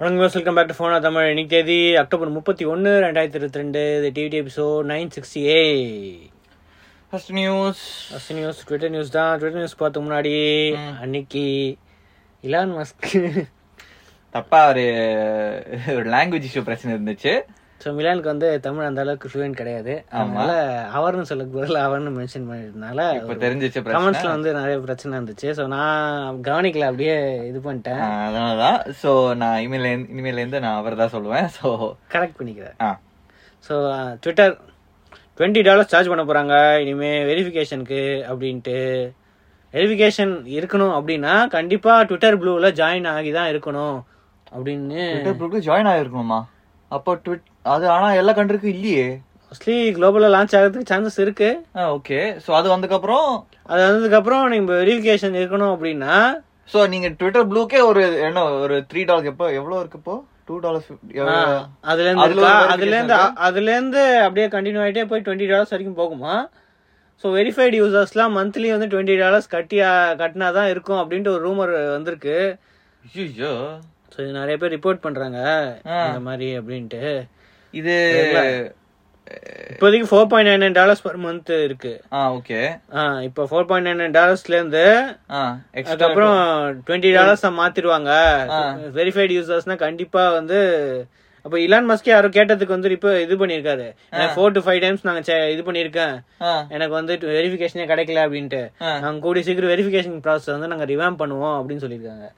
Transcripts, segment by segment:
வணக்கம் views welcome back to ஃபோனா தமிழ் இன்னைக்கு தேதி அக்டோபர் முப்பத்தி ஒன்று ரெண்டாயிரத்தி இருபத்தி ரெண்டு இது DVD episode nine sixty first news first news Twitter news தான் ட்விட்டர் நியூஸ் பார்த்து முன்னாடி அன்னைக்கு இலான் மஸ்க் தப்பா ஒரு ஒரு லாங்குவேஜ் இஷ்யூ பிரச்சனை இருந்துச்சு ஸோ மிலானுக்கு வந்து தமிழ் அந்த அளவுக்கு ஃப்ளூயன்ட் கிடையாது அதனால அவர்னு சொல்லக்கு பதில் அவர்னு மென்ஷன் பண்ணிட்டதுனால இப்ப தெரிஞ்சிச்சு பிரச்சனை கமெண்ட்ஸில் வந்து நிறைய பிரச்சனை இருந்துச்சு ஸோ நான் கவனிக்கல அப்படியே இது பண்ணிட்டேன் ஆஹ் அதனாலதான் சோ நான் இனிமேல இருந்து- இனிமேல இருந்து நான் அவர் தான் சொல்லுவேன் சோ கரெக்ட் பண்ணிக்கிறேன் ஆ so Twitter twenty dollars charge பண்ண போகிறாங்க இனிமேல் வெரிஃபிகேஷனுக்கு அப்படின்ட்டு வெரிஃபிகேஷன் இருக்கணும் அப்படின்னா கண்டிப்பாக ட்விட்டர் ப்ளூவில் ஜாயின் ஆகி தான் இருக்கணும் அப்படின்னு ட்விட்டர் குரூப்ல ஜாயின் ஆயிருக்கணுமா அப்போ ட்விட் அது ஆனா எல்லா கண்ட்ரிக்கும் இல்லையே மோஸ்ட்லி குளோபலில் லான்ச் ஆகிறதுக்கு சான்சஸ் இருக்குது ஓகே சோ அது வந்ததுக்கப்புறம் அது வந்ததுக்கப்புறம் நீங்கள் வெரிஃபிகேஷன் இருக்கணும் அப்படின்னா சோ நீங்க ட்விட்டர் ப்ளூக்கே ஒரு என்ன ஒரு த்ரீ டாலர் எப்போ எவ்வளவு இருக்கு இப்போ டூ டாலர் அதுலேருந்து அதுல ஒரு இருக்கா verification அதுலேருந்து அதுலேருந்து அப்படியே கண்டினியூ ஆகிட்டே போய் டுவெண்ட்டி டாலர்ஸ் வரைக்கும் போகுமா ஸோ வெரிஃபைடு யூசர்ஸ்லாம் மந்த்லி வந்து டுவெண்ட்டி டாலர்ஸ் கட்டி கட்டினா தான் இருக்கும் அப்படின்ட்டு ஒரு ரூமர் வந்திருக்கு ஐயோ ஸோ இது நிறைய பேர் ரிப்போர்ட் பண்றாங்க ஆ. இந்த மாதிரி அப்படின்ட்டு இது இப்போதைக்கு four point nine dollars per month இருக்கு ஆ ஓகே ஆ இப்போ ஃபோர் பாயிண்ட் நைன் டாலர்ஸ்ல இருந்து ஆ எக்ஸ்ட்ரா அதுக்கப்புறம் டுவெண்ட்டி டாலர்ஸ் மாத்திடுவாங்க வெரிஃபைடு யூசர்ஸ்னா கண்டிப்பா வந்து அப்போ இலான் மஸ்கே யாரோ கேட்டதுக்கு வந்து இப்போ இது பண்ணியிருக்காரு ஃபோர் டு ஃபைவ் டைம்ஸ் நாங்க செ- இது பண்ணியிருக்கேன் ஆ எனக்கு வந்து வெரிஃபிகேஷனே கிடைக்கல அப்படின்ட்டு ஆ. நாங்க கூடிய சீக்கிரம் வெரிஃபிகேஷன் ப்ராசஸ் வந்து நாங்க ரிவாம் பண்ணுவோம் அப்படின்னு சொல்லியிருக்காங்க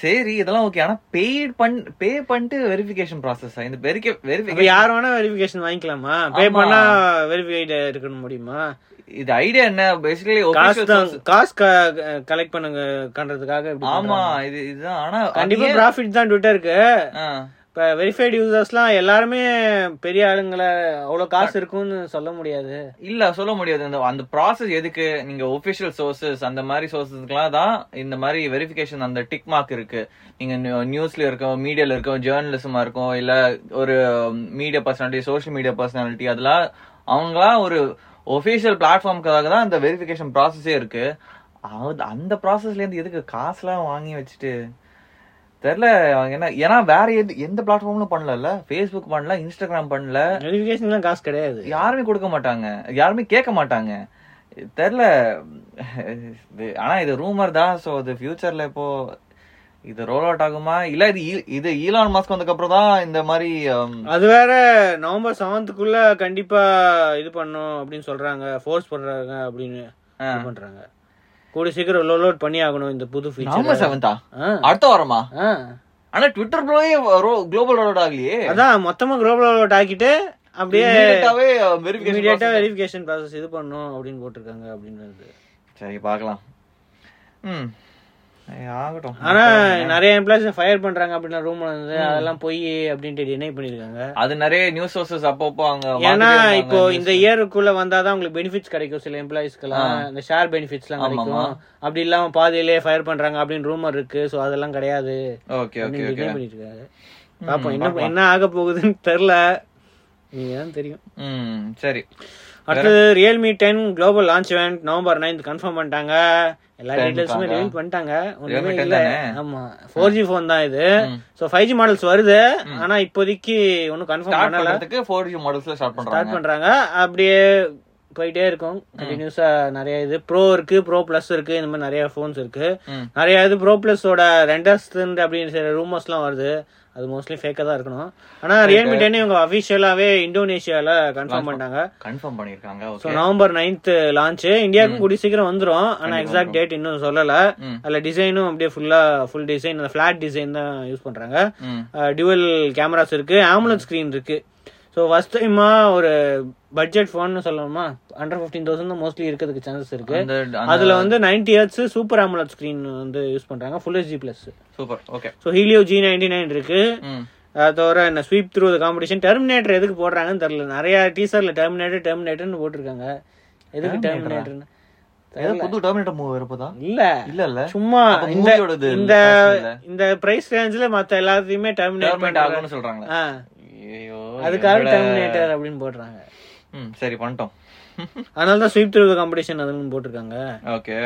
சரி இதெல்லாம் ஓகே ஆனா பெய்ட் பண் பே பண்ணிட்டு வெரிஃபிகேஷன் ப்ராசஸ் இந்த வெரிக்க இப்போ வெரிஃபிகேஷன் யார் வேணா வெரிஃபிகேஷன் வாங்கிக்கலாமா பே ஆமா. பண்ணா வெரிஃபைட் இருக்கணும் முடியுமா இது ஐடியா என்ன பேசிக்கலி காசு தான் காசு கலெக்ட் பண்ணுங்க பண்றதுக்காக இப்படி ஆமா பண்றாங்க. இது இதுதான் ஆனா கண்டிப்பா ப்ராஃபிட் தான் ட்விட்டருக்கு ஆ, இப்ப வெரிஃபைடு யூசர்ஸ்லாம் எல்லாருமே பெரிய ஆளுங்களை அவ்வளவு காசு இருக்கும்னு சொல்ல முடியாது இல்ல சொல்ல முடியாது அந்த அந்த ப்ராசஸ் எதுக்கு நீங்க ஒபிஷியல் சோர்சஸ் அந்த மாதிரி சோர்சஸ்க்குலாம் தான் இந்த மாதிரி வெரிஃபிகேஷன் அந்த டிக் மார்க் இருக்கு நீங்க நியூஸ்ல இருக்கோம் மீடியால இருக்கோம் ஜேர்னலிசமா இருக்கும் இல்ல ஒரு media personality social media personality அதெல்லாம் அவங்களாம் ஒரு ஒபிஷியல் பிளாட்ஃபார்முக்காக தான் அந்த வெரிஃபிகேஷன் ப்ராசஸே இருக்கு அது- அந்த ப்ராசஸ்ல இருந்து எதுக்கு காசுலாம் வாங்கி வச்சுட்டு தெரியல அவங்க என்ன ஏன்னா வேற எது எந்த பிளாட்ஃபார்ம்லும் பண்ணல ஃபேஸ்புக் பண்ணல இன்ஸ்டாகிராம் பண்ணல வெரிஃபிகேஷன்லாம் காசு கிடையாது யாருமே கொடுக்க மாட்டாங்க யாருமே கேட்க மாட்டாங்க தெரில ஆனா இது ரூமர் தான் ஸோ அது ஃபியூச்சர்ல இப்போ இது ரோல் அவுட் ஆகுமா இல்ல இது ஈ- இது ஈலான் மாஸ்க் வந்ததுக்கப்புறம் தான் இந்த மாதிரி um, ஹம், அது வேற நவம்பர் செவன்த்துக்குள்ள கண்டிப்பா இது பண்ணும் அப்படின்னு சொல்றாங்க ஃபோர்ஸ் பண்றாங்க அப்படின்னு ஆ. இது பண்றாங்க கூடிய சீக்கிரம் லோட் அவுட் பண்ணி ஆகணும் இந்த புது ஃபீச்சர் நவம்பர் செவன்தா அடுத்த வாரமா ஆனா ட்விட்டர் ப்ளோயே குளோபல் ரோல் அவுட் ஆகலையே அதான் மொத்தமா குளோபல் லோட் ஆக்கிட்டு அப்படியே இமீடியட்டாவே இமீடியட்டா வெரிஃபிகேஷன் வெரிஃபிகேஷன் ப்ராசஸ் இது பண்ணும் அப்படின்னு போட்டிருக்காங்க அப்படின்னு வருது சரி பார்க்கலாம் ம் ஏய், ஆகட்டும் ஆனா நிறைய எம்ப்ளாய்ஸ் ஃபயர் பண்றாங்க அப்படின்ற ரூம்ல இருந்து அதெல்லாம் போய் அப்படின்ட்டு டினை பண்ணிருக்காங்க அது நிறைய நியூஸ் சோர்சஸ் அப்பப்போ அவங்க ஏன்னா மாத்திட்டே இருந்தாங்க இப்போ news. இந்த இயருக்குள்ள வந்தாதான் உங்களுக்கு பெனிஃபிட்ஸ் கிடைக்கும் சில எம்ப்ளாயிஸ்க்கெல்லாம் இந்த ஷேர் பெனிஃபிட்ஸ் எல்லாம் ஆமாமா. கிடைக்கும் அப்படி இல்லாம பாதியிலேயே ஃபயர் பண்றாங்க அப்படின்னு ரூமர் இருக்கு சோ அதெல்லாம் கிடையாது ஓகே ஓகே அப்படின்னு ஓகே deny பண்ணிருக்காங்க பாப்போம் என்ன என்ன ஆக போகுதுன்னு தெரியல நீங்க தான் தெரியும் ம் சரி அடுத்தது Realme ten global launch event November 9th confirm பண்ணிட்டாங்க எல்லா டீடைல்ஸுமே ரிவீல் பண்ணிட்டாங்க ஒண்ணுமே Realme 10 இல்ல தானே? ஆமா ஃபோர் ஜி ஃபோன் தான் இது ம். ஸோ ஃபைவ் ஜி மாடல்ஸ் வருது ஆனா இப்போதைக்கு ஒன்றும் கன்ஃபார்ம் ஸ்டார்ட் பண்ணல பண்றதுக்கு ஃபோர் ஜி மாடல்ஸ்ல ஸ்டார்ட் ஸ்டார்ட் பண்றாங்க பண்றாங்க அப்படியே போயிட்டே இருக்கும் கண்டினியூஸா நிறைய இது ப்ரோ இருக்கு ப்ரோ பிளஸ் இருக்கு இந்த மாதிரி நிறைய ஃபோன்ஸ் இருக்கு ம். நிறைய இது ப்ரோ பிளஸோட ரெண்டர்ஸ் அப்படின்னு சில ரூமர்ஸ்லாம் வருது அது மோஸ்ட்லி ஃபேக்காக தான் இருக்கணும் ஆனா ரியல்மி டென் இவங்க அஃபிஷியலாவே இந்தோனேஷியால கன்ஃபார்ம் பண்ணாங்க கன்ஃபார்ம் பண்ணிருக்காங்க so okay November ninth launch இந்தியாவுக்கு கூடிய சீக்கிரம் வந்துரும் ஆனா எக்ஸாக்ட் டேட் இன்னும் சொல்லல ம். அதுல டிசைனும் அப்படியே ஃபுல்லா ஃபுல் டிசைன் அந்த ஃபிளாட் டிசைன் தான் யூஸ் பண்றாங்க ம் டியூவல் கேமராஸ் இருக்கு ஆம்புலன்ஸ் ஸ்க்ரீன் இருக்கு ஸோ ஃபர்ஸ்ட் டைமா ஒரு பட்ஜெட் ஃபோன்னு சொல்லணுமா அண்டர் ஃபிஃப்டீன் தௌசண்ட் தான் மோஸ்ட்லி இருக்கிறதுக்கு சான்சஸ் இருக்கு அந்த அந்த அதுல வந்து நைன்டி ஹெட்ஸ் சூப்பர் ஆம்புலன்ஸ் ஸ்க்ரீன் வந்து யூஸ் பண்றாங்க full HD plus super okay so Helio G ninety nine இருக்கு ம் அது தவிர என்ன ஸ்வீப் த்ரூ காம்படிஷன் டெர்மினேட்டர் எதுக்கு போடுறாங்கன்னு தெரியல நிறைய டீசர்ல டெர்மினேட்டர் டெர்மினேட்டர்னு போட்டிருக்காங்க எதுக்கு டெர்மினேட்டர்னு ஏதோ புது டெர்மினேட்டர் மூவ் வரப்பதா இல்ல இல்ல இல்ல சும்மா அப்ப இந்த movie ஓடது இந்த fashion இல்ல. இந்த பிரைஸ் ரேஞ்சில மத்த எல்லாத்தையுமே டெர்மினேட் டெர்மினேட் ஆகும்னு சொல்றாங்களே ஆ ஐயோ அதுக்காக இவங்களோட- டெர்மினேட்டர் அப்படின்னு போடுறாங்க ம் சரி பண்ணிட்டோம் அதனால தான் ஸ்வீப் திருவிழா காம்படிஷன் அதுன்னு போட்டிருக்காங்க ஓகே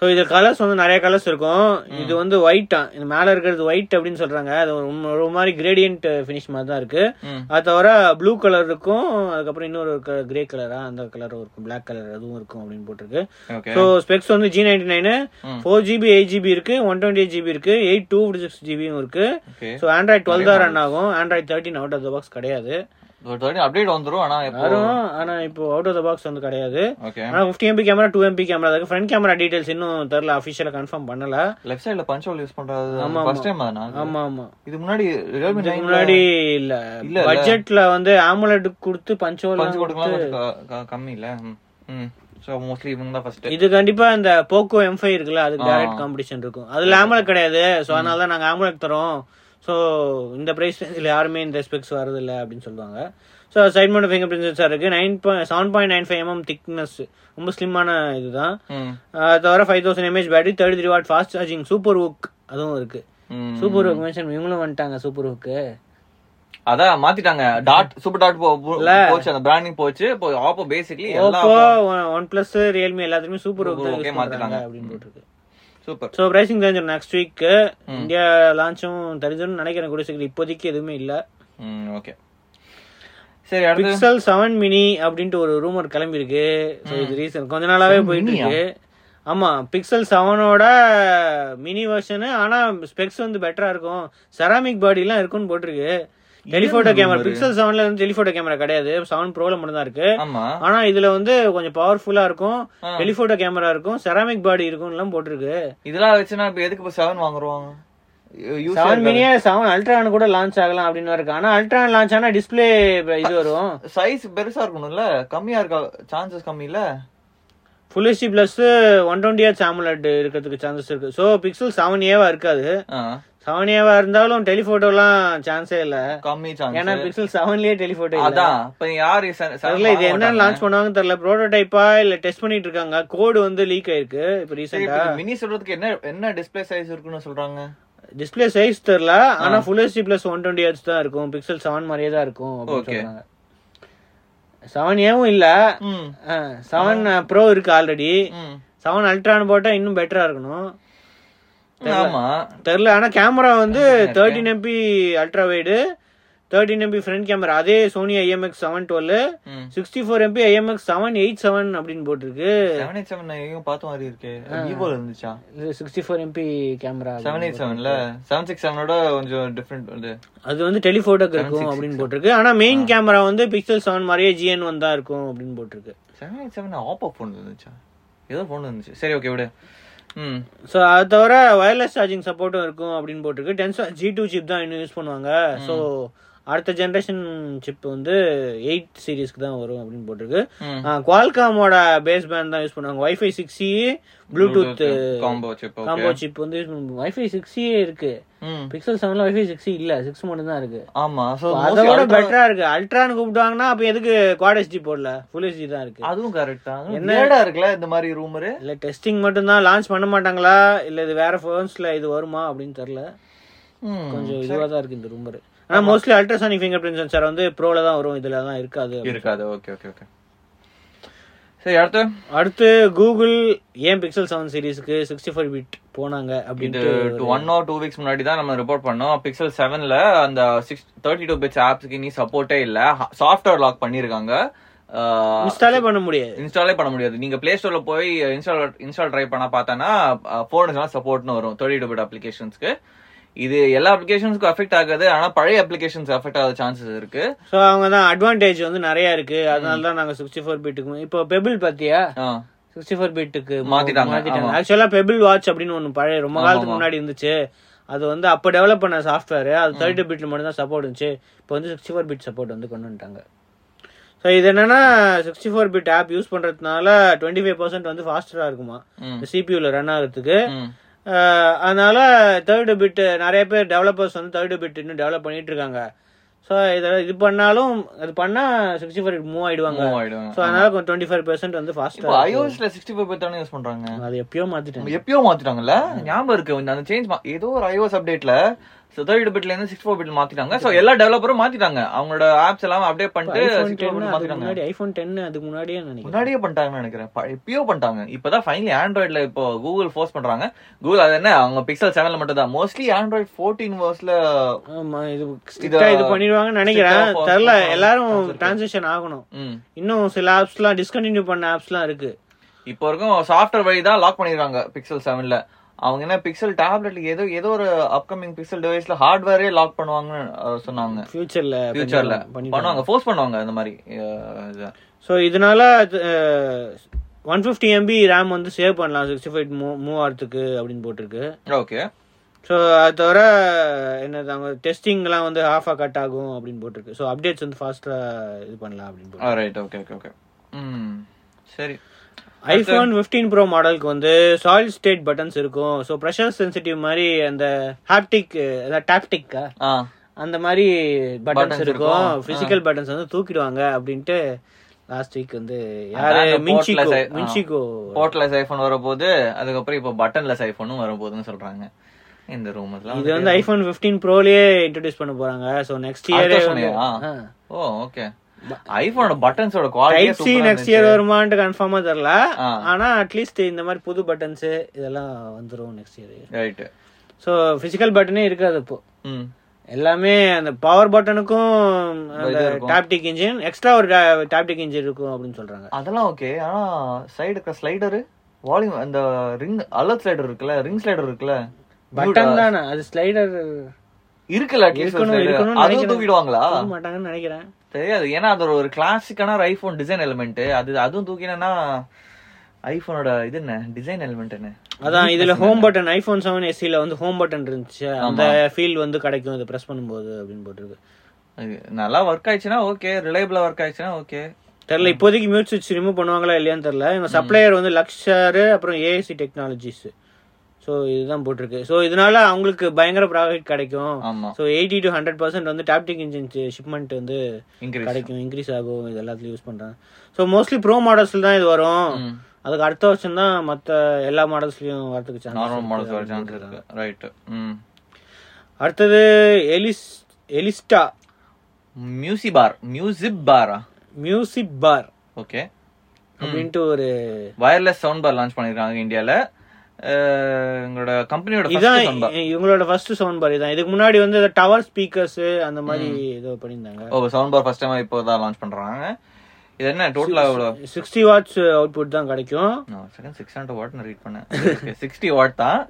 ஸோ இது கலர்ஸ் வந்து நிறைய கலர்ஸ் இருக்கும் இது வந்து ஒயிட்டா இது மேலே இருக்கிறது ஒயிட் அப்படின்னு சொல்றாங்க அது ஒரு உம்- ஒரு மாதிரி கிரேடியன்ட் ஃபினிஷ் மாதிரி தான் இருக்கு ம். அது தவிர ப்ளூ கலர் இருக்கும் அதுக்கப்புறம் இன்னொரு கிரே கலரா அந்த கலர் இருக்கும் Black கலர் அதுவும் இருக்கும் அப்படின்னு போட்டிருக்கு ஓகே ஸோ ஸ்பெக்ஸ் வந்து ஜி நைன்டி நைனு ம். ஃபோர் ஜிபி எயிட் ஜிபி இருக்கு ஒன் டுவெண்ட்டி எயிட் ஜிபி இருக்கு எயிட் டூ ஃபிஃப்டி சிக்ஸ் ஜிபியும் இருக்கு ஓகே ஸோ ஆண்ட்ராய்ட் டுவெல் தான் ரன் ஆகும் Android thirteen out of the box கிடையாது ஒரு தேர்ட்டி அப்டேட் வந்துரும் ஆனா எப்போ வரும் ஆனா இப்போ அவுட் ஆஃப் த பாக்ஸ் வந்து கிடையாது ஓகே ஆனா fifty MP camera two MP camera இருக்கு ஃப்ரண்ட் கேமரா டீடைல்ஸ் இன்னும் தெரில அஃபிஷியலா கன்ஃபார்ம் பண்ணல லெஃப்ட் சைடுல பஞ்ச் ஹோல் யூஸ் பண்றது ஆமா, ஃபர்ஸ்ட் டைம் தானா ஆமா ஆமா இது முன்னாடி ரியல்மி இதுக்கு முன்னாடி முன்னாடி இல்ல இல்ல. பட்ஜெட்ல வந்து ஆமுலெட் கொடுத்து பஞ்சோல் பஞ்ச் கொடுக்கலாம் கொஞ்சம் க- க- கம்மி இல்ல ம். ம் சோ மோஸ்ட்லி இவங்க தான் ஃபர்ஸ்ட் இது கண்டிப்பா இந்த போக்கோ எம் ஃபைவ் இருக்குல்ல அது ஆ. டைரக்ட் காம்படிஷன் இருக்கும் அதுல ஆமுலெட் கிடையாது சோ அதனால தான் நாங்க ஆமுலெட் தரோம் சோ இந்த பிரைஸ் இதுல யாருமே இந்த ஸ்பெக்ஸ் வரது இல்ல அப்படின்னு சொல்லுவாங்க so side mount finger print sensor இருக்கு nine point seven point nine five MM thickness mm ரொம்ப ஸ்லிம்மான இதுதான் ம் அது தவிர five thousand mAh battery thirty three watt fast charging super hook அதுவும் இருக்கு ம். சூப்பர் ஹுக் மென்ஷன் இவங்களும் வந்துட்டாங்க சூப்பர் ஹுக்கு அதான் மாத்திட்டாங்க டாட் சூப்பர் டாட் போ- போ- போச்சு அந்த பிராண்டிங் போச்சு இப்போ ஆப்போ பேசிக்கலி எல்லா ஓப்போ ஒன் பிளஸ் ரியல்மி எல்லாத்துலயுமே சூப்பர் ஹுக் Super hook-ஏ மாத்திட்டாங்க. அப்படின்னு போட்டிருக்கு சூப்பர் ஸோ பிரைசிங் தெரிஞ்சிடும் நெக்ஸ்ட் வீக் இந்தியா லான்ச்சும் தெரிஞ்சிடும் நினைக்கிறேன் கூட சீக்கிரம் இப்போதைக்கு எதுவுமே இல்ல ம் ஓகே சரி அடுத்து பிக்சல் செவன் மினி அப்படின்ட்டு ஒரு ரூமர் கிளம்பி இருக்கு ஸோ இது ரீசன் கொஞ்ச நாளாவே போயிட்டு இருக்கு ஆமா பிக்சல் செவனோட மினி வெர்ஷனு ஆனா ஸ்பெக்ஸ் வந்து பெட்டரா இருக்கும் செராமிக் பாடிலாம் இருக்கும்னு போட்டிருக்கு டெலிஃபோட்டோ கேமரா பிக்சல் செவன்ல வந்து டெலிஃபோட்டோ கேமரா கிடையாது செவன் ப்ரோல மட்டும் தான் இருக்கு ஆமா ஆனா இதுல வந்து கொஞ்சம் பவர்ஃபுல்லா இருக்கும் ஆ. டெலிஃபோட்டோ கேமரா இருக்கும் செராமிக் பாடி இருக்கும்லாம் போட்டிருக்கு இதெல்லாம் வச்சுனா இப்ப எதுக்கு இப்போ செவன் வாங்குறோம் செவன் மினியே செவன் அல்ட்ரான் கூட லான்ச் ஆகலாம் அப்படின்னு இருக்கு ஆனா அல்ட்ரான் லான்ச் ஆனா டிஸ்பிளே இது வரும் சைஸ் பெருசா இருக்கணும்ல கம்மியா இருக்கா சான்சஸ் கம்மி இல்ல full HD plus one twenty H AMOLED இருக்கிறதுக்கு சான்சஸ் இருக்கு ஸோ பிக்சல் செவன் ஏவா இருக்காது ஆ, செவன் ஏவா இருந்தாலும் டெலிஃபோட்டோலாம் சான்ஸே இல்ல கம்மி ஏன்னா சான்ஸ் பிக்சல் செவன்லயே டெலிஃபோட்டோ இல்ல அதான் இப்ப யாரு செ- செவன் தெரியல இது வாங்க என்ன மாட்டாங்க. லான்ச் பண்ணுவாங்க தெரியல ப்ரோட்டோடைப்பா இல்ல டெஸ்ட் பண்ணிட்டு இருக்காங்க கோடு வந்து லீக் ஆயிருக்கு இப்போ சரி, இப்ப ரீசெண்டா இந்த மினி சொல்றதுக்கு என்ன என்ன டிஸ்பிளே சைஸ் இருக்குன்னு சொல்றாங்க டிஸ்பிளே சைஸ் தெரியல ஆனா full HD plus one twenty தான் இருக்கும் பிக்சல் செவன் மாதிரியே தான் இருக்கும் அப்படின்னு Okay. சொல்றாங்க செவன் ஏவும் இல்ல ம் செவன் ப்ரோ இருக்கு ஆல்ரெடி ம் செவன் அல்ட்ரான்னு போட்டா இன்னும் பெட்டரா இருக்கணும் ஆமா தெரியல ஆனா கேமரா வந்து thirteen MP ultra wide thirteen MP front camera அதே சோனி ஐஎம்எக்ஸ் செவன் டுவெல் ம் sixty four MP IMX seven eight seven அப்படின்னு போட்டிருக்கு செவன் எயிட் செவன் எங்கேயும் பார்த்த மாதிரி இருக்கு விவோல இருந்துச்சா sixty four MP camera seven eight செவன்ல செவன் சிக்ஸ் செவனோட கொஞ்சம் டிஃப்ரெண்ட் வந்து அது வந்து டெலிஃபோட்டோக்கு இருக்கும் அப்படின்னு போட்டிருக்கு ஆனா மெயின் கேமரா வந்து பிக்சல் செவன் மாதிரியே ஜிஎன் ஒன் தான் இருக்கும் அப்படின்னு போட்டிருக்கு seven eight seven Oppo phone இருந்துச்சா ஏதோ ஃபோன் இருந்துச்சு சரி ஓகே விடு ம் ஸோ அது தவிர வயர்லெஸ் சார்ஜிங் சப்போர்ட்டும் இருக்கும் அப்படின்னு போட்டிருக்கு டென்சர் ஜி டூ சிப் தான் இன்னும் யூஸ் பண்ணுவாங்க ஸோ அடுத்த ஜென்ரேஷன் சிப் வந்து எயிட் சீரிஸ்க்கு தான் வரும் அப்படின்னு போட்டிருக்கு ம். குவால்காமோட பேஸ் பேண்ட் தான் யூஸ் பண்ணுவாங்க E, wifi six C Bluetooth combo chip combo chip வந்து யூஸ் பண்ணுவாங்க வைஃபை சிக்ஸ் சி E இருக்கு ம் பிக்சல் செவன்ல வைஃபை சிக்ஸ் E இல்ல சிக்ஸ் மட்டும் தான் இருக்கு ஆமா சோ அதை விட பெட்டரா இருக்கு அல்ட்ரான்னு கூப்பிட்டாங்கன்னா அப்ப எதுக்கு குவாட் ஹெச்டி போடல ஃபுல் ஹெச்டி தான் இருக்கு அதுவும் கரெக்ட் தான் என்னடா இருக்குல்ல இந்த மாதிரி ரூமரு இல்ல டெஸ்டிங் மட்டும் தான் லான்ச் பண்ண மாட்டாங்களா இல்ல இது வேற ஃபோன்ஸ்ல இது வருமா அப்படின்னு தெரியல கொஞ்சம் இதுவா தான் இருக்கு இந்த ரூமர் ஆனா mostly ultrasonic finger print sensor வந்து ப்ரோல தான் வரும் இதுல தான் இருக்காது இருக்காது ஓகே ஓகே ஓகே சரி அடுத்து அடுத்து கூகுள் ஏன் பிக்சல் செவன் சீரிஸ்க்கு சிக்ஸ்டி ஃபோர் பிட் போனாங்க இது அப்படின்ட்டு ஒன் ஆர் டூ வீக்ஸ் முன்னாடி தான் நம்ம ரிப்போர்ட் பண்ணோம் பிக்சல் செவன்ல அந்த சிக்ஸ் தேர்ட்டி டூ பிட்ஸ் ஆப்ஸ்க்கு இனி சப்போர்ட்டே இல்ல சாஃப்ட்வேர் லாக் பண்ணிருக்காங்க இன்ஸ்டாலே பண்ண முடியாது இன்ஸ்டாலே பண்ண முடியாது நீங்க பிளே ஸ்டோர்ல போய் இன்ஸ்டால் இன்ஸ்டால் ட்ரை பண்ணா பார்த்தானா போனுக்குலாம் சப்போர்ட்னு வரும் தேர்ட்டி டூ பிட் அப்ளிகேஷன்ஸ்க்கு இது எல்லா அப்ளிகேஷன்ஸ்க்கும் அஃபெக்ட் ஆகாது ஆனா பழைய அப்ளிகேஷன்ஸ் அஃபெக்ட் ஆக சான்சஸ் இருக்கு ஸோ அவங்க தான் அட்வான்டேஜ் வந்து நிறைய இருக்கு அதனால தான் நாங்க சிக்ஸ்டி ஃபோர் பிட்டுக்கு இப்போ பெபிள் பாத்தியா ஆ. சிக்ஸ்டி ஃபோர் பிட்டுக்கு மாத்திட்டாங்க, மாத்திட்டாங்க ஆக்சுவலா பெபிள் வாட்ச் அப்படின்னு ஒன்று பழைய ரொம்ப காலத்துக்கு முன்னாடி இருந்துச்சு அது வந்து அப்போ டெவலப் பண்ண சாஃப்ட்வேர் அது தேர்ட்டி பிட்ல மட்டும் தான் சப்போர்ட் இருந்துச்சு இப்போ வந்து சிக்ஸ்டி ஃபோர் பிட் சப்போர்ட் வந்து கொண்டு வந்துட்டாங்க ஸோ இது என்னன்னா sixty four bit app use பண்றதுனால டுவெண்ட்டி ஃபைவ் பர்சன்ட் வந்து ஃபாஸ்டரா இருக்குமா ம். சிபியூல ரன் ஆகிறதுக்கு ம். அஹ் அதனால தேர்டு பிட் நிறைய பேர் டெவலப்பர்ஸ் வந்து தேர்டு பிட் இன்னும் டெவலப் பண்ணிட்டு இருக்காங்க ஸோ இதெல்லாம் இது பண்ணாலும் அது பண்ணா சிக்ஸ்டி ஃபோர் மூவ் ஆயிடுவாங்க Move ஆயிடுவாங்க. ஸோ அதனால கொஞ்சம் டுவெண்ட்டி ஃபைவ் பெர்சென்ட் வந்து இப்போ ஃபாஸ்ட்டாக ஐஓஎஸ்ல சிக்ஸ்டி ஃபைவ் தானே யூஸ் பண்றாங்க அது எப்பயோ மாத்திட்டேன் எப்பயோ மாத்திட்டாங்கல்ல ஞாபகம் இருக்கு இந்த- அந்த சேஞ்ச் ஏதோ ஒரு ஐஓஎஸ் அப்டேட்ல தேர்ட் பிட்ல இருந்து சிக்ஸ் ஃபோர் பிட் மாத்திட்டாங்க சோ எல்லா டெவலப்பரும் மாத்திட்டாங்க அவங்களோட ஆப்ஸ் எல்லாம் அப்டேட் பண்ணிட்டு ஐபோன் சிக்ஸ் ஃபோர் டென் அதுக்கு மாத்திட்டாங்க முன்னாடி ஐபோன் டென் அதுக்கு முன்னாடியே நினைக்கிறேன் முன்னாடியே பண்ணிட்டாங்கன்னு நினைக்கிறேன் ப- இப்பயோ பண்ணிட்டாங்க இப்பதான் ஃபைனலி ஆண்ட்ராய்டுல இப்போ கூகுள் ஃபோர்ஸ் பண்றாங்க கூகுள் அது என்ன அவங்க பிக்சல் செவன்ல மட்டும் தான் மோஸ்ட்லி ஆண்ட்ராய்டு ஃபோர்டீன் வர்ஸ்ல ஆமா இது ஸ்ட்ரிக்டா இது பண்ணிடுவாங்கன்னு நினைக்கிறேன் strict ஆ தெரில force எல்லாரும் பண்ணுவாங்க. டிரான்சேக்ஷன் ஆகணும் ம் இன்னும் சில ஆப்ஸ்லாம் டிஸ்கண்டினியூ பண்ண ஆப்ஸ்லாம் இருக்கு இப்போ வரைக்கும் சாஃப்ட்வேர் வழி தான் லாக் பண்ணிருக்காங்க பிக்சல் செவன்ல அவங்க என்ன பிக்சல் டேப்லெட்ல ஏதோ ஏதோ ஒரு அப்கமிங் பிக்சல் டிவைஸ்ல ஹார்ட்வேரே லாக் பண்ணுவாங்கன்னு அஹ், சொன்னாங்க ஃபியூச்சர்ல ஃபியூச்சர்ல பண்ணி பண்ணுவாங்க ஃபோர்ஸ் பண்ணுவாங்க இந்த மாதிரி அஹ், இது. ஸோ இதனால ஒன் ஃபிஃப்டி எம்பி ரேம் வந்து சேவ் பண்ணலாம் சிக்ஸ்டி ஃபைவ் மூவ் ஆகிறதுக்கு அப்படின்னு போட்டிருக்கு ஓகே ஸோ அது தவிர என்னது அவங்க டெஸ்டிங்லாம் வந்து ஆஃபாக கட் ஆகும் அப்படின்னு போட்டிருக்கு ஸோ அப்டேட்ஸ் வந்து ஃபாஸ்ட்டாக இது பண்ணலாம் அப்படின்னு போட்டு ரைட் ஓகே ஓகே ஓகே ம் Hmm. சரி ஐஃபோன் ஃபிஃப்டீன் ப்ரோ மாடலுக்கு வந்து சாயில் ஸ்டேட் பட்டன்ஸ் இருக்கும் ஸோ ப்ரெஷர் சென்சிட்டிவ் மாதிரி அந்த ஹாப்டிக் அதாவது டாப்டிக்கா ஆ அந்த மாதிரி Buttons பட்டன்ஸ் இருக்கும் இருக்கும். ஃபிசிக்கல் பட்டன்ஸ் வந்து தூக்கிடுவாங்க அப்படின்ட்டு லாஸ்ட் வீக் வந்து அதான் யாரு இந்த மின்சிகோ portless ஐ- ஆ. மின்சிகோ போர்ட்லெஸ் ஐஃபோன் வரப்போகுது அதுக்கப்புறம் இப்போ பட்டன்லெஸ் ஐஃபோனும் வரப்போகுதுன்னு சொல்றாங்க இந்த ரூம்ஸ்லாம் இது வந்து ஐபோன் 15 ப்ரோலயே இன்ட்ரோடியூஸ் பண்ண போறாங்க சோ நெக்ஸ்ட் இயரே அடுத்த வருஷமேயா? ஓ ஓகே ஐஃபோனோட பட்டன்ஸோட quality type C next year வருமான்னு கன்ஃபார்மா தெரியல ஆ. ஆனா அட்லீஸ்ட் இந்த மாதிரி புது பட்டன்ஸ் இதெல்லாம் வந்துரும் next year right so physical பட்டனே இருக்காது இப்போ ம் எல்லாமே அந்த பவர் பட்டனுக்கும் அந்த இது இருக்கும். டாப்டிக் இன்ஜின் எக்ஸ்ட்ரா ஒரு டாப்டிக் இன்ஜின் இருக்கும் அப்படின்னு சொல்றாங்க அதெல்லாம் ஓகே ஆனா சைடு இருக்க ஸ்லைடரு வால்யூம் அந்த ரிங் அலர்ட் ஸ்லைடர் இருக்குல்ல ring slider இருக்குல்ல பட்டன் தானே அது ஸ்லைடர் இருக்குல்ல அட்லீஸ்ட் இருக்கணும் இருக்கணும் அதுவும் தூக்கிடுவாங்களா மாட்டாங்கன்னு நினைக்கிறேன் தெரியாது ஏன்னா அது ஒரு கிளாசிக்கான ஒரு ஐபோன் டிசைன் எலிமெண்ட் அது அதுவும் தூக்கினா ஐபோனோட இது என்ன டிசைன் எலிமெண்ட் என்ன அதான் இதுல ஹோம் பட்டன் ஐபோன் செவன் எஸ்சில வந்து ஹோம் பட்டன் இருந்துச்சு அந்த ஃபீல் வந்து கிடைக்கும் இது பிரஸ் பண்ணும்போது அப்படின்னு போட்டிருக்கு அது நல்லா ஒர்க் ஆயிடுச்சுன்னா ஓகே ரிலையபிளா ஒர்க் ஆயிடுச்சுன்னா ஓகே தெரியல இப்போதைக்கு மியூட் சுவிட்ச் ரிமூவ் பண்ணுவாங்களா இல்லையான்னு தெரியல இவங்க சப்ளையர் வந்து லக்ஷர் அப்புறம் ஏஎஸ்சி டெக்னாலஜிஸ் ஸோ இதுதான் போட்டிருக்கு ஸோ இதனால அவங்களுக்கு பயங்கர ப்ராஃபிட் கிடைக்கும் ஆமா so eighty to hundred percent வந்து டாப்டிக் இன்ஜின் ஷிப்மெண்ட் வந்து இன்க்ரீஸ் கிடைக்கும் இன்க்ரீஸ் ஆகும் இது எல்லாத்துலயும் யூஸ் பண்றாங்க ஸோ மோஸ்ட்லி ப்ரோ மாடல்ஸ்ல தான் இது வரும் அதுக்கு அடுத்த வருஷம் தான் மற்ற எல்லா மாடல்ஸ்லயும் வரதுக்கு நார்மல் மாடல்ஸ் வர சான்ஸ் சான்ஸ் இருக்கு ரைட் ம் அடுத்தது எலிஸ் எலிஸ்டா மியூசி பார் மியூசிக் பாரா மியூசிக் பார் ஓகே அப்படின்ட்டு ஒரு வயர்லெஸ் சவுண்ட் பார் லான்ச் பண்ணிருக்காங்க இந்தியால அஹ் எங்களோட கம்பெனியோட இதான் சவுண்ட் பார் இவங்களோட ஃபர்ஸ்ட் சவுண்ட் பார் இதான் இதுக்கு முன்னாடி வந்து டவர் ஸ்பீக்கர்ஸ் அந்த மாதிரி ஏதோ பண்ணியிருந்தாங்க ஓ சவுண்ட் பார் ஃபர்ஸ்ட் டைம் இப்போ தான் லான்ச் பண்றாங்க இது என்ன டோட்டலா எவ்வளோ சிக்ஸ்டி வாட்ஸ் அவுட்புட் தான் கிடைக்கும் செகண்ட் சிக்ஸ் ஹண்ட்ரட் வாட்னு ரீட் பண்ணேன் சிக்ஸ்டி வாட் தான்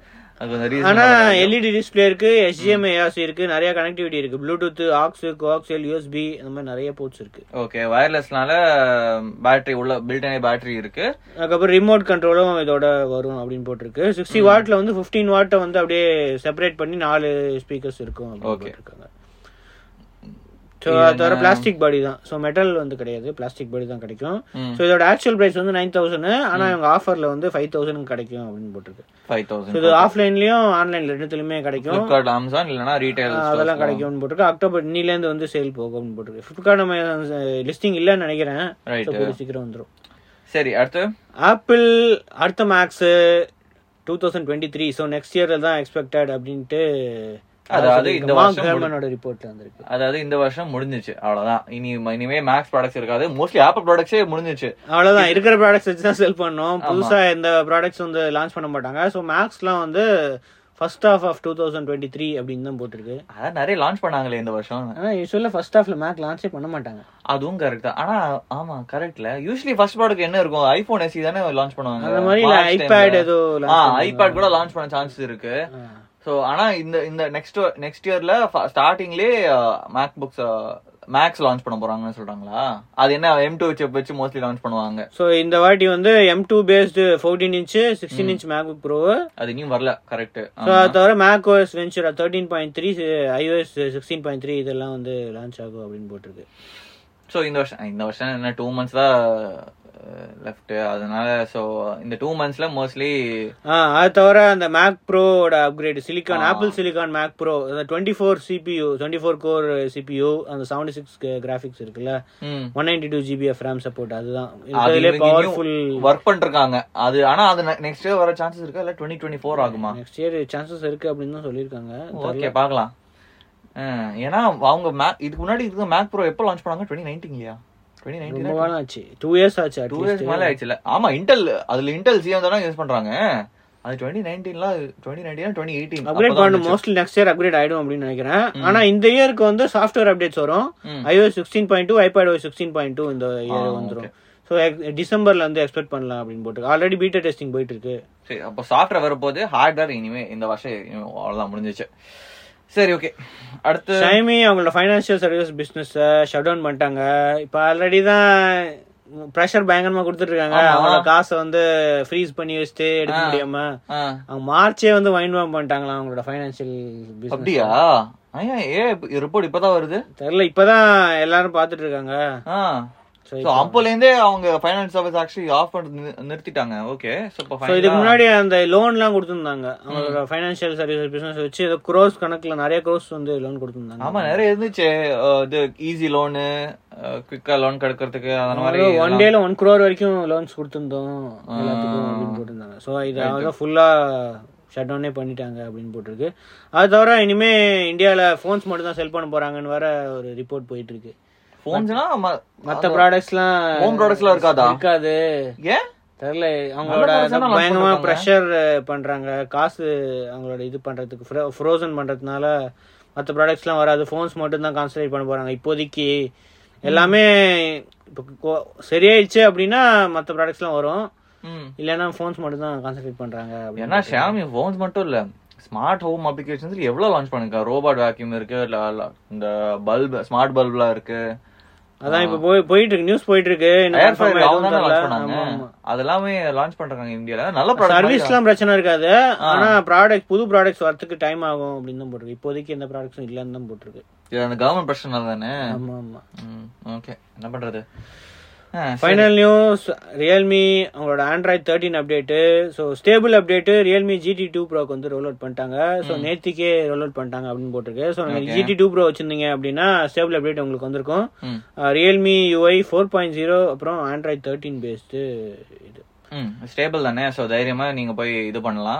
அது கொஞ்சம் ஆனா ரீசன் எல்இடி டிஸ்பிளே இருக்கு HDMI ARC இருக்கு நிறைய கனெக்டிவிட்டி இருக்கு ப்ளூடூத் ஆக்ஸ் கோஆக்சல் யூஎஸ்பி அந்த மாதிரி நிறைய போர்ட்ஸ் இருக்கு ஓகே வயர்லெஸ்னால பேட்டரி உள்ள பில்டனே பேட்டரி இருக்கு அதுக்கப்புறம் ரிமோட் கண்ட்ரோலும் இதோட வரும் அப்படின்னு போட்டிருக்கு சிக்ஸ்டி வாட்ல வந்து ஃபிஃப்டீன் வாட்டை வந்து அப்படியே செப்பரேட் பண்ணி நாலு ஸ்பீக்கர்ஸ் இருக்கும் அப்படின்னு Okay. போட்டிருக்காங்க ஸோ அது தவிர பிளாஸ்டிக் பாடி தான் ஸோ மெட்டல் வந்து கிடையாது பிளாஸ்டிக் பாடி தான் கிடைக்கும் ம். ஸோ இதோட ஆக்சுவல் பிரைஸ் வந்து நைன் தௌசண்ட் ஆனால் இவங்க ஆஃபரில் வந்து ஃபைவ் தௌசண்ட் கிடைக்கும் அப்படின்னு போட்டிருக்கு ஃபைவ் ஸோ இது தௌசண்ட் ஆஃப்லைன்லயும் ஆன்லைன்ல ரெண்டுத்துலயுமே கிடைக்கும் ஃபிளிப்கார்ட் அமேசான் இல்லனா ரீட்டைல் ஆஹ் அதெல்லாம் கிடைக்கும்னு போட்டிருக்கு அக்டோபர் இன்னிலேருந்து வந்து சேல் போகும் அப்படின்னு போட்டிருக்கு ஃபிளிப்கார்ட் நம்ம லிஸ்டிங் இல்லைன்னு நினைக்கிறேன் ரைட் So, கூடிய சீக்கிரம் வந்துடும் சரி அடுத்து ஆப்பிள் அடுத்த Macs two thousand twenty three so next இயரில் தான் எக்ஸ்பெக்டட் அப்படின்ட்டு அதாவது இந்த மார்க் வருஷம் ஹேர்மனோட ரிப்போர்ட்ல வந்திருக்கு அதாவது இந்த வருஷம் முடிஞ்சிச்சு அவ்வளவுதான் இனி இனிமே மேக்ஸ் ப்ராடக்ட்ஸ் இருக்காது மோஸ்ட்லி ஆப்பிள் ப்ராடக்ட்ஸே முடிஞ்சிச்சு அவ்வளோதான் இருக்கிற ப்ராடக்ட்ஸ் வச்சு தான் செல் பண்ணோம் புதுசாக எந்த ப்ராடக்ட்ஸ் வந்து லான்ச் பண்ண மாட்டாங்க ஸோ மேக்ஸ்லாம் வந்து first half of two thousand twenty three அப்படின்னு தான் போட்டிருக்கு அதான் நிறைய லான்ச் பண்ணாங்களே இந்த வருஷம் ஆனால் யூஸ்வலாக ஃபர்ஸ்ட் ஹாஃப்ல மேக் லான்ச்சே பண்ண மாட்டாங்க அதுவும் கரெக்ட் தான் ஆனா ஆமா கரெக்ட்ல யூஸ்வலி ஃபர்ஸ்ட் ப்ராடக்ட் என்ன இருக்கும் ஐபோன் எஸ்சி தானே லான்ச் பண்ணுவாங்க அந்த மாதிரி இல்லை March ஐபேட் timeல. ஏதோ ஆ launch ஐபேட் கூட லான்ச் பண்ண சான்ஸ் இருக்கு பண்ணாங்க. ஆ. சோ ஆனா இந்த இந்த நெக்ஸ்ட் நெக்ஸ்ட் இயர்ல ஸ்டார்டிங்லயே மேக் புக்ஸ் மேக்ஸ் லான்ச் பண்ண போறாங்கன்னு சொல்றாங்களா அது என்ன எம் டூ சிப் வச்சு மோஸ்ட்லி லான்ச் பண்ணுவாங்க ஸோ இந்த வாட்டி வந்து M two based fourteen inch sixteen inch MacBook Pro அது இன்னும் வரல கரெக்ட் ஸோ அது தவிர Mac OS Ventura thirteen point three iOS sixteen point three இதெல்லாம் வந்து லான்ச் ஆகும் அப்படின்னு போட்டிருக்கு சோ இந்த வருஷம் இந்த வருஷம் என்ன டூ மந்த்ஸ் தான் லெஃப்ட் அதனால சோ இந்த டூ மந்த்ஸ்ல மோஸ்ட்லி ஆ அது தவிர அந்த மேக் ப்ரோவோட அப்கிரேடு சிலிக்கான் ஆ. ஆப்பிள் சிலிக்கான் மேக் ப்ரோ அந்த twenty four CPU twenty four core CPU அந்த செவன்டி சிக்ஸ் கிராஃபிக்ஸ் இருக்குல்ல one ninety two GB of RAM support அதுதான் இதுலேயே பவர்ஃபுல் ஒர்க் பண்ணிருக்காங்க அது ஆனா அது நெக்ஸ்ட் இயர் வர சான்சஸ் இருக்கா இல்ல டுவெண்ட்டி டுவெண்ட்டி ஃபோர் ஆகுமா நெக்ஸ்ட் இயர் சான்சஸ் இருக்கு அப்படின்னு தான் சொல்லியிருக்காங்க ஓகே பாக்கலாம் ஹம், ஏன்னா அவங்க மேக் இதுக்கு முன்னாடி இருக்க மேக் ப்ரோ எப்போ லான்ச் பண்ணாங்க டுவெண்ட்டி நைன்டீன்லையா டுவெண்ட்டி ரொம்ப நைன்டீன் காலம் ஆச்சு டூ இயர்ஸ் ஆச்சு டூ அட்லீஸ்ட் இயர்ஸ் மேல ஆயிடுச்சுல ஆமா இன்டெல் அதுல இன்டெல் சிஎம் தானே யூஸ் பண்றாங்க அது டுவெண்ட்டி நைன்டீன்ல டுவெண்ட்டி நைன்டீன் டுவெண்ட்டி அப்கிரேட் பண்ணணும் eighteen mostly next year upgrade ஆயிடும் அப்படின்னு நினைக்கிறேன் ஆனா இந்த இயருக்கு வந்து சாஃப்ட்வேர் அப்டேட்ஸ் வரும் ம். iOS sixteen point two iPad sixteen point two இந்த இயர் ஆ, வந்துரும் ஸோ டிசம்பர்ல வந்து எக்ஸ்பெக்ட் பண்ணலாம் அப்படின்னு போட்டு ஆல்ரெடி பீட்டா டெஸ்டிங் போயிட்டு இருக்கு சரி அப்போ சாஃப்ட்வேர் வரப்போது ஹார்ட்வேர் இனிமே இந்த வருஷம் இனிமே அவ்வளவுதான் முடிஞ்சிச்சு சரி ஓகே அடுத்து ஷைமி அவங்களோட ஃபைனான்சியல் சர்வீஸ் பிஸ்னஸை ஷட் டவுன் பண்ணிட்டாங்க இப்போ ஆல்ரெடி தான் ப்ரெஷர் பயங்கரமா கொடுத்துட்டு இருக்காங்க ஆமா. அவங்களோட காசை வந்து ஃப்ரீஸ் பண்ணி வச்சுட்டு எடுக்க ஆ. முடியாம ஆ, அவங்க மார்ச்சே வந்து வைண்ட் வாம் பண்ணிட்டாங்களா அவங்களோட ஃபைனான்சியல் பிஸ்னஸ் அப்படியா ஐயா ஏ ரிப்போர்ட் இப்பதான் வருது தெரியல இப்பதான் எல்லாரும் பார்த்துட்டு இருக்காங்க ஆ So, ஸோ அப்போல இருந்தே அவங்க ஃபைனான்ஸ் சர்வீஸ் ஆக்சுவலி ஆஃப் பண்ணி நிறு- நிறுத்திட்டாங்க ஓகே ஸோ இப்போ ஸோ இதுக்கு முன்னாடி அந்த லோன்லாம் கொடுத்துருந்தாங்க அவங்களோட ஃபைனான்ஷியல் சர்வீஸ் பிஸ்னஸ் வச்சு ஏதோ க்ரோஸ் கணக்கில் நிறைய க்ரோஸ் வந்து லோன் கொடுத்துருந்தாங்க ஆமா நிறைய இருந்துச்சு அஹ், இது ஈஸி லோனு குவிக்கா லோன் கெடுக்கிறதுக்கு அந்த மாதிரி ஒன் இதெல்லாம். டேல ஒன் crore வரைக்கும் லோன்ஸ் கொடுத்துருந்தோம் எல்லாத்துக்கும் அப்படின்னு போட்டிருந்தாங்க ஸோ இது அவங்க ஃபுல்லா ஷட் டவுனே பண்ணிட்டாங்க அப்படின்னு போட்டிருக்கு அது தவிர இனிமே இந்தியாவில் ஃபோன்ஸ் மட்டும் தான் செல் பண்ண போறாங்கன்னு வேற ஒரு ரிப்போர்ட் போயிட்டு இருக்கு போன்ஸ்னா ம- மற்ற ப்ராடக்ட்ஸ்லாம் Home products லாம் இருக்காதா? இருக்காது ஏன் தெரியல அவங்களோட products தானே launch பயங்கரமா பண்ணிருக்காங்க. ப்ரெஷர் பண்றாங்க காசு அவங்களோட இது பண்றதுக்கு ஃப்ரோசன் பண்றதுனால மற்ற ப்ராடக்ட்ஸ்லாம் வராது ஃபோன்ஸ் மட்டும் தான் கான்சன்ட்ரேட் பண்ண போறாங்க இப்போதைக்கு எல்லாமே இப்போ கோ- சரியாயிடுச்சு அப்படின்னா மற்ற ப்ராடக்ட்ஸ்லாம் வரும் ம். இல்லைன்னா ஃபோன்ஸ் மட்டும் தான் கான்சன்ட்ரேட் பண்றாங்க அப்படின்னு. ஏன்னா ஷாமி போன்ஸ் மட்டும் இல்ல ஸ்மார்ட் ஹோம் அப்ளிகேஷன்ஸ் எவ்வளவு லான்ச் பண்ணிருக்கா ரோபோட் வேக்யூம் இருக்கு ல- ல- இந்த பல்ப் ஸ்மார்ட் பல்ப்லாம் இருக்கு அதான் இப்போ போய் போயிட்டு இருக்கு நியூஸ் போயிட்டு இருக்கு இன்னும் ஏர் confirm ஃப்ரையர் எதுவும் அவங்க தெரியல. லான்ச் பண்ணாங்க ஆமா, ஆமா. அதெல்லாமே லான்ச் பண்றாங்க இந்தியால நல்ல ப்ராடக்ட் சர்வீஸ்லாம் பிரச்சனை இருக்காது ஆனா ப்ராடக்ட் புது ப்ராடக்ட்ஸ் வரதுக்கு டைம் ஆகும் அப்படின்னு தான் போட்டிருக்கு இப்போதைக்கு எந்த ப்ராடக்ட்ஸும் இல்லைன்னு தான் போட்டிருக்கு அந்த கவர்மெண்ட் பிரச்சனை தானே ஆமா ஆமா ஓகே என்ன பண்றது ஆ, ஃபைனல் நியூஸ் ரியல்மி அவங்களோட Android thirteen update so stable update Realme GT two ப்ரோக்கு வந்து ரோல் அவுட் பண்ணிட்டாங்க ஸோ நேத்திக்கே ரோல் அவுட் பண்ணிட்டாங்க அப்படின்னு போட்டிருக்கு ஸோ நீங்கள் ஜிடி டூ ப்ரோ வச்சிருந்தீங்க அப்படின்னா ஸ்டேபிள் அப்டேட் உங்களுக்கு வந்திருக்கும் ம். Realme UI four point zero அப்புறம் ஆண்ட்ராய்ட் தேர்ட்டின் பேஸ்டு இது ம் ஸ்டேபிள் தானே ஸோ தைரியமா நீங்க போய் இது பண்ணலாம்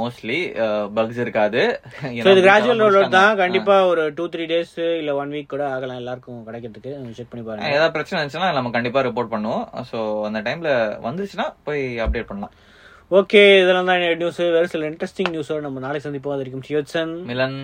மோஸ்ட்லி பக்ஸ் இருக்காது ஸோ இது கிராஜுவல் ரோல் அவுட் தான் கண்டிப்பாக ஒரு டூ த்ரீ டேஸ் இல்லை ஒன் வீக் கூட ஆகலாம் எல்லாருக்கும் கிடைக்கிறதுக்கு செக் பண்ணி பாருங்க ஏதாவது பிரச்சனை இருந்துச்சுன்னா நம்ம கண்டிப்பா ரிப்போர்ட் பண்ணுவோம் ஸோ அந்த டைம்ல வந்துருச்சுன்னா போய் அப்டேட் பண்ணலாம் ஓகே இதெல்லாம் தான் நியூஸ் வேறு சில இன்ட்ரெஸ்டிங் நியூஸோட நம்ம நாளைக்கு சந்திப்போம் அது வரைக்கும் சியோத்சன் மிலன்